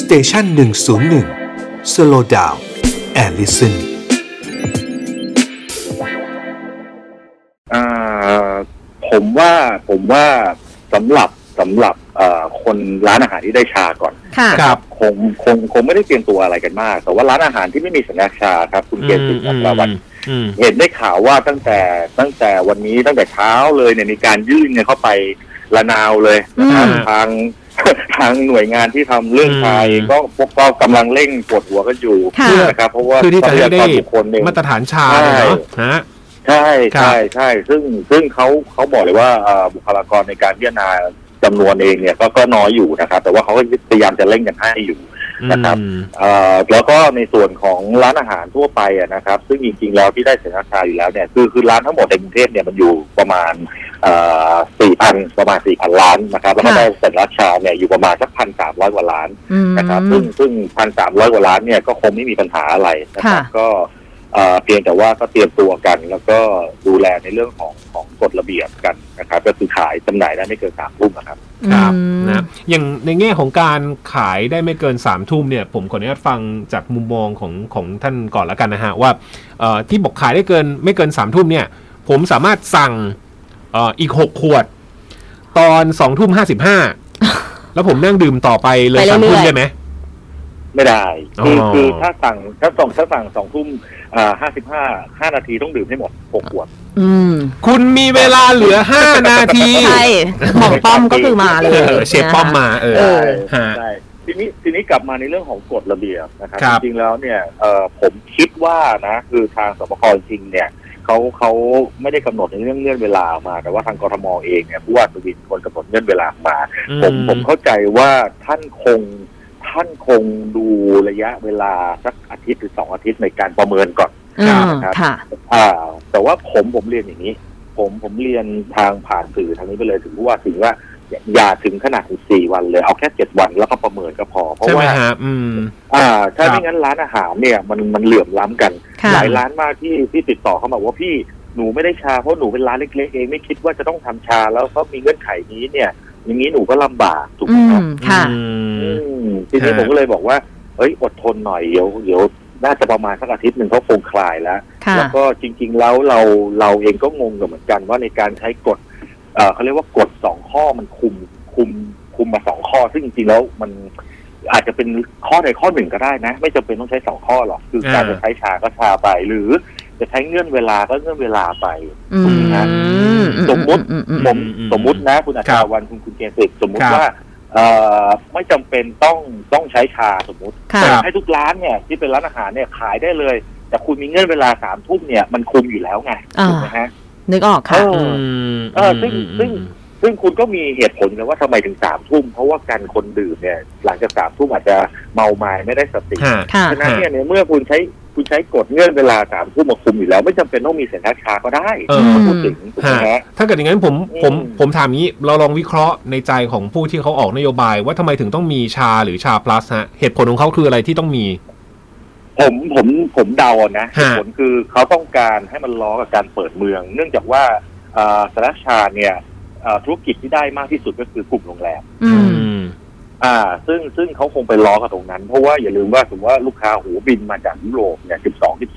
สเตชันหนึ่งศูนย์หนึ่งสโลดาวแอลลิสัน อ่าผมว่าผมว่าสำหรับสำหรับเอ่อคนร้านอาหารที่ได้ชาก่อน ค่ะ ครับ คงคงคงไม่ได้เตรียมตัวอะไรกันมาก แต่ว่าร้านอาหารที่ไม่มีสัญญาชาครับ คุณเกียรติศักดิ์อัครวัฒน์ อืม เห็นได้ข่าวว่าตั้งแต่ตั้งแต่วันนี้ตั้งแต่เช้าเลยเนี่ยมีการยื่นเงินเข้าไปละนาวเลยนะครับ อืม ทาง ทางหน่วยงานที่ทำเรื่องชาเองก็พวกก็กำลังเร่งปวดหัวกันอยู่ ค่ะ นะครับเพราะว่า เพื่อที่จะให้ได้ ทรัพยากรบุคคลเนี่ย มาตรฐานชาเลยเนาะฮะ ใช่ ครับ ใช่ใช่ซึ่งซึ่งเขาเขาบอกเลยว่าเอ่อบุคลากรในการพิจารณาจำนวนเองเนี่ยก็ก็น้อยอยู่นะครับ แต่ว่าเขาก็พยายามจะเร่งกันให้อยู่ นะครับ เอ่อแล้วก็ในส่วนของร้านอาหารทั่วไปอะนะครับ ซึ่งจริงๆแล้วที่ได้สัญชาอยู่แล้วเนี่ยคือคือร้านทั้งหมดในกรุงเทพเนี่ยมันอยู่ประมาณสี่พันประมาณสี่พันล้านนะครับ แล้วก็ ค่ะ ได้สัญชาเนี่ยอยู่ประมาณสักพันสามร้อยกว่าล้าน อืม นะครับซึ่งซึ่งพันสามร้อยกว่าล้านเนี่ยก็คงไม่มีปัญหาอะไรนะครับ ค่ะ ก็เอ่อเพียงแต่ว่าก็เตรียมตัวกัน แล้วก็ดูแลในเรื่องของของกฎระเบียบกันนะครับ ก็คือขายจำหน่ายได้ไม่เกินสามทุ่มนะครับ ครับ อืม นะอย่างในแง่ของการขายได้ไม่เกิน3ามทุ่มเนี่ยผมขออนุญาตฟังจากมุมมองของของท่านก่อนละกันนะฮะว่าเอ่อที่บอกขายได้เกินไม่เกิน3ามทุ่มเนี่ยผมสามารถสั่งเอออีก 6 ขวด ตอน2องทุ่มห้าสิบ ห้าแล้วผมนั่งดื่มต่อไปเลย ไปเรื่ สา อยๆ มทุ่มได้ไหม ไม่ได้คือ อ๋อ คือถ้าสั่งถ้าส่งถ้าสั่งสองทุ่มห้าสิบห้าห้านาทีต้องดื่มให้หมดหกขวด อืม คุณมีเวลาเหลือ 5 นาที ใช่หมองป้อมก็คือมาเลย เออเชฟป้อมมาเออ เออ ใช่ ฮะ ใช่ทีนี้ทีนี้กลับมาในเรื่องของกฎระเบียบนะครับ ครับ จริงๆแล้วเนี่ยเอ่อผมคิดว่านะคือทางสบคจริงเนี่ย เขาเขาไม่ได้กำหนดในเรื่องเงื่อนเวลามา แต่ว่าทางกรทมเองเนี่ยผู้ว่าสุวินคนกำหนดเงื่อนเวลามา ผมผมเข้าใจว่าท่านคงท่านคงดูระยะเวลาสักอาทิตย์หรือสองอาทิตย์ในการประเมินก่อน อืม ครับ ค่ะ อ่า แต่ว่าผมผมเรียนอย่างนี้ ผมผมเรียนทางผ่านสื่อทางนี้ไปเลยถึงผู้ว่าถึงว่าอย่าอย่าถึงขนาดถึงสี่วันเลยเอาแค่เจ็ดวันแล้วก็ประเมินก็พอเพราะ ใช่ไหม ว่า ฮะอืม อ่าถ้า ครั ไม่ บ งั้นร้านอาหารเนี่ยมันมันเหลื่อมล้ำกัน ค่ะ หลายร้านมากที่ที่ติดต่อเข้ามาว่าพี่หนูไม่ได้ชาเพราะหนูเป็นร้านเล็กๆเองไม่คิดว่าจะต้องทำชาแล้วก็มีเงื่อนไขนี้เนี่ย อย่างนี้หนูก็ลำบากถูก อื ไหมครั ม บ ค่ะ อื อื ม มทีนี้ ฮะ ผมก็เลยบอกว่าเอ้ยอดทนหน่อยเดี๋ยวเดี๋ยวน่าจะประมาณสักอาทิตย์หนึ่งเขาคงคลายแล้ว ค่ะ แล้วก็จริง ๆ แล้วเราเราเองก็งงกับเหมือนกันว่าในการใช้กฎเอ่อเขาเรียกว่ากฎสองข้อมันคุมคุมคุมมาสองข้อ ซึ่งจริงๆแล้วมันอาจจะเป็นข้อใดข้อหนึ่งก็ได้นะ ไม่จำเป็นต้องใช้สองข้อหรอกคือการ อ่า จะใช้ชาก็ชาไป หรือจะใช้เงื่อนเวลาก็เงื่อนเวลาไป อืมอื สมมุติ อือืม ผม อืม สมมุตินะคุณอา ครั ชา บ วันคุณคุณเกษตรสมมุ ค ติ รับ ว่าเอ่อไม่จำเป็นต้องต้องใช้ชาสมมุติ ค่ะ แต่ให้ทุกร้านเนี่ยที่เป็นร้านอาหารเนี่ยขายได้เลย แต่คุณมีเงื่อนเวลาสามทุ่มเนี่ยมันคุมอยู่แล้วไง อ่า ถูกไหมฮะ นึกออก เอ ค่ะ ออ ม เออซึ่งซึ่ง ซึ่งคุณก็มีเหตุผลนะว่าทำไมถึงสามทุ่มเพราะว่าการคนดื่มเนี่ยหลังจากสามทุ่มอาจจะเมาไม้ไม่ได้สติ ฮะ ค่ะ ฉะนั้นเนี่ยในเมื่อคุณใช้คุณใช้กฎเงื่อนเวลาสามทุ่มมาคุมอยู่แล้ว ไม่จำเป็นต้องมีสัญชาชาก็ได้ เออ ถ้าพูดถึงถูกไหม ฮะ ฮะ ถ้าเกิดอย่างนั้นผม อืม ผมผมถามงี้เราลองวิเคราะห์ในใจของผู้ที่เขาออกนโยบาย ว่าทำไมถึงต้องมีชาหรือชาพลัสฮะเหตุผลของเขาคืออะไรที่ต้องมี ผมผมผมเดาอะนะ ฮะ เหตุผลคือเขาต้องการให้มันล้อกับการเปิดเมือง เนื่องจากว่าเอ่อสารชาเนี่ยเอ่อธุรกิจที่ได้มากที่สุดก็คือกลุ่มโรงแรม อืม ม อ่า ซึ่งซึ่งเขาคงไปล้อกับตรงนั้น เพราะว่าอย่าลืมว่าสมมติว่าลูกค้าโหูบินมาจากยุโรปเนี่ย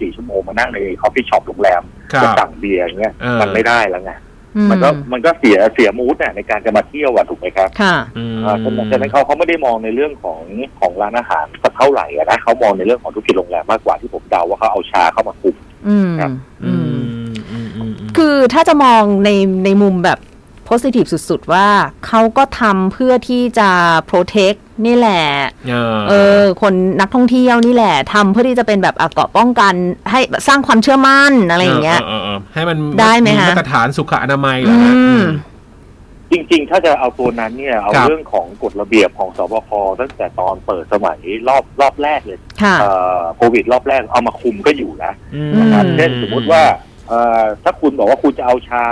12 14 ชั่วโมงมานั่งในคอฟฟี่ช็อปโรงแรม ครั จะ บ สั่งเบียร์อย่างเงี้ย เออ มันไม่ได้แล้วไง อื มันก็มันก็เสียเสียมูดเนี่ยในการจะมาเที่ยวอะถูกไหมครับ ค่ะ อืม อ่าฉะนั้นฉะนั้นเขาเขาไม่ได้มองในเรื่องของของร้านอาหารสักเท่าไหร่อะนะเขามองในเรื่องของธุรกิจโรงแรมมากกว่าที่ผมเดาว่าเขาเอาชาเข้ามาคุม อืม ครับ อืม อืมอืมอืม คือถ้าจะมองในในมุมแบบ positive สุด ๆ ว่าเขาก็ทำเพื่อที่จะ protect นี่แหละ เออ คนนักท่องเที่ยวนี่แหละทำเพื่อที่จะเป็นแบบอ่ะเกาะป้องกันให้สร้างความเชื่อมั่นอะไรอย่างเงี้ย ออออให้มัน ได้ไหมคะ มาตรฐานสุขอนามัยเหรอ อื ฮะ ม จริงๆ ถ้าจะเอาตัวนั้นเนี่ย เอา ครับ เรื่องของกฎระเบียบของสบคตั้งแต่ตอนเปิดสมัยรอบรอบแรกเลย ค่ะ เอ่อโควิดรอบแรกเอามาคุมก็อยู่นะ อืม นะครับ อืม เช่นสมมุติว่าเอ่อถ้าคุณบอกว่าคุณจะเอาชา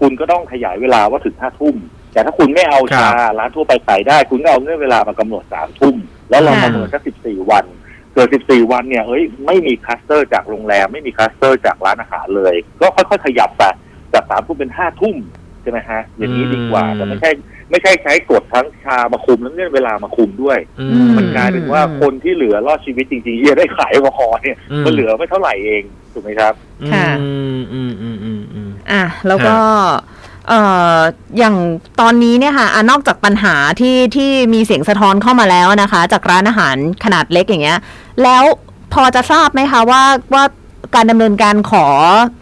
คุณก็ต้องขยายเวลาว่าถึงห้าทุ่ม แต่ถ้าคุณไม่เอาชาร้านทั่วไปขายได้ คุณก็เอาเงื่อนเวลามากำหนดสามทุ่ม แล้วเราประเมินสักสิบสี่วัน เกิดสิบสี่วันเนี่ยเอ้ยไม่มีคลัสเตอร์จากโรงแรมไม่มีคลัสเตอร์จากร้านอาหารเลย ก็ค่อยๆขยับไปจากสามทุ่มเป็นห้าทุ่มใช่ไหมฮะอย่างนี้ดีกว่าแต่ไม่ใช่ ไม่ใช่ใช้กฎทั้งชามาคุมทั้งเงื่อนเวลามาคุมด้วย อื มันกลายเป็นว่าคนที่เหลือรอดชีวิตจริงๆที่จะได้ขายแอลกอฮอล์เนี่ย ม มันเหลือไม่เท่าไหร่เองถูกไหมครับ ค่ะ อืมอืมอืมอืมอืม อ่ะแล้วก็เอ่ออย่างตอนนี้เนี่ยค่ะอะนอกจากปัญหาที่ที่มีเสียงสะท้อนเข้ามาแล้วนะคะ จากร้านอาหารขนาดเล็กอย่างเงี้ย แล้วพอจะทราบไหมคะว่าว่าการดำเนินการขอ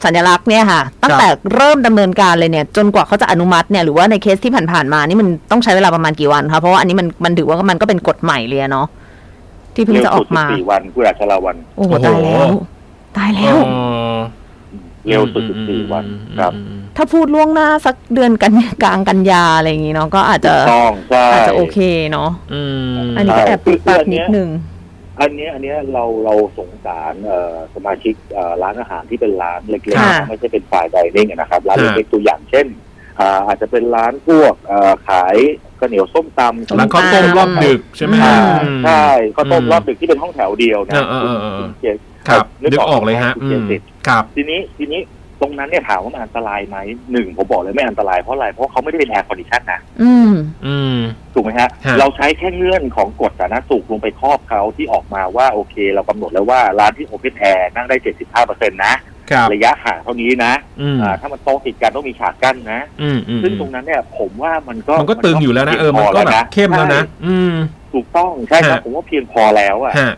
สัญลักษณ์เนี่ยค่ะ ตั้งแต่เริ่มดำเนินการเลยเนี่ยจนกว่าเขาจะอนุมัติเนี่ยหรือว่าในเคสที่ผ่านๆมานี่มันต้องใช้เวลาประมาณกี่วันคะเพราะว่าอันนี้มันมันถือว่ามันก็เป็นกฎใหม่เลยอะเนาะที่เพิ่ง เร็ว จะอ สุ อ ด กมา 14วันคุณอัชราวัน โอ้โห โอ้โห ตายแล้วตายแล้ว อ๋อ เร็วสุด อืม 14วันครับ อืม ถ้าพูดล่วงหน้าสักเดือนกันยากลางกันยาอะไรอย่างงี้เนาะก็อาจจะ ต้องใช่ อาจจะโอเคเนาะ อืม อันนี้ก็แอบ ใช่ ปิดปากนิดนึง อันเนี้ยอันเนี้ยเราเราสงสารเอ่อสมาชิกเอ่อร้านอาหารที่เป็นร้านเล็ก ค่ะ ๆ ไม่ใช่เป็นฝ่ายไดนิ่งอะนะครับ ร้านเล็กๆตัวอย่างเช่นอ่าอาจจะเป็นร้านพวกเอ่อขายข้าวเหนียวส้มตำ ร้านข้าวต้มรอบดึกใช่ไหม อ่า อืม ใช่ข้าวต้ม อืม รอบดึกที่เป็นห้องแถวเดียวนะ เออเออเออ คุณเจษ ครับ นึก นึกอ อ อ อก ก เลยฮะ คุณ อื เจ ม นสิทธิ์ ครับ ทีนี้ทีนี้ตรงนั้นเนี่ยถามว่ามันอันตรายไหมหนึ่งผมบอกเลยไม่อันตรายเพราะอะไรเพราะเขาไม่ได้เป็นแอร์คอนดิชันนะ อืม อืม ถูกไหมฮะ ฮะ เราใช้แค่เงื่อนของกฎสาธารณสุขลงไปครอบเขาที่ออกมาว่าโอเค เรากำหนดแล้วว่าร้านที่โอเพนแอร์นั่งได้ 75เปอร์เซ็นต์นะ ครับ ระยะห่างเท่านี้นะ อืม อ่าถ้ามันโต๊ะติดกันต้องมีฉากกั้นนะ อืมอืม ซึ่งตรงนั้นเนี่ยผมว่ามันก็ มันก็ตึงอยู่แล้วนะเออมันก็แบบเข้มแล้วนะ อืม ถูกต้องใช่ครับ ฮะ ผมว่าเพียงพอแล้วอะ ฮะ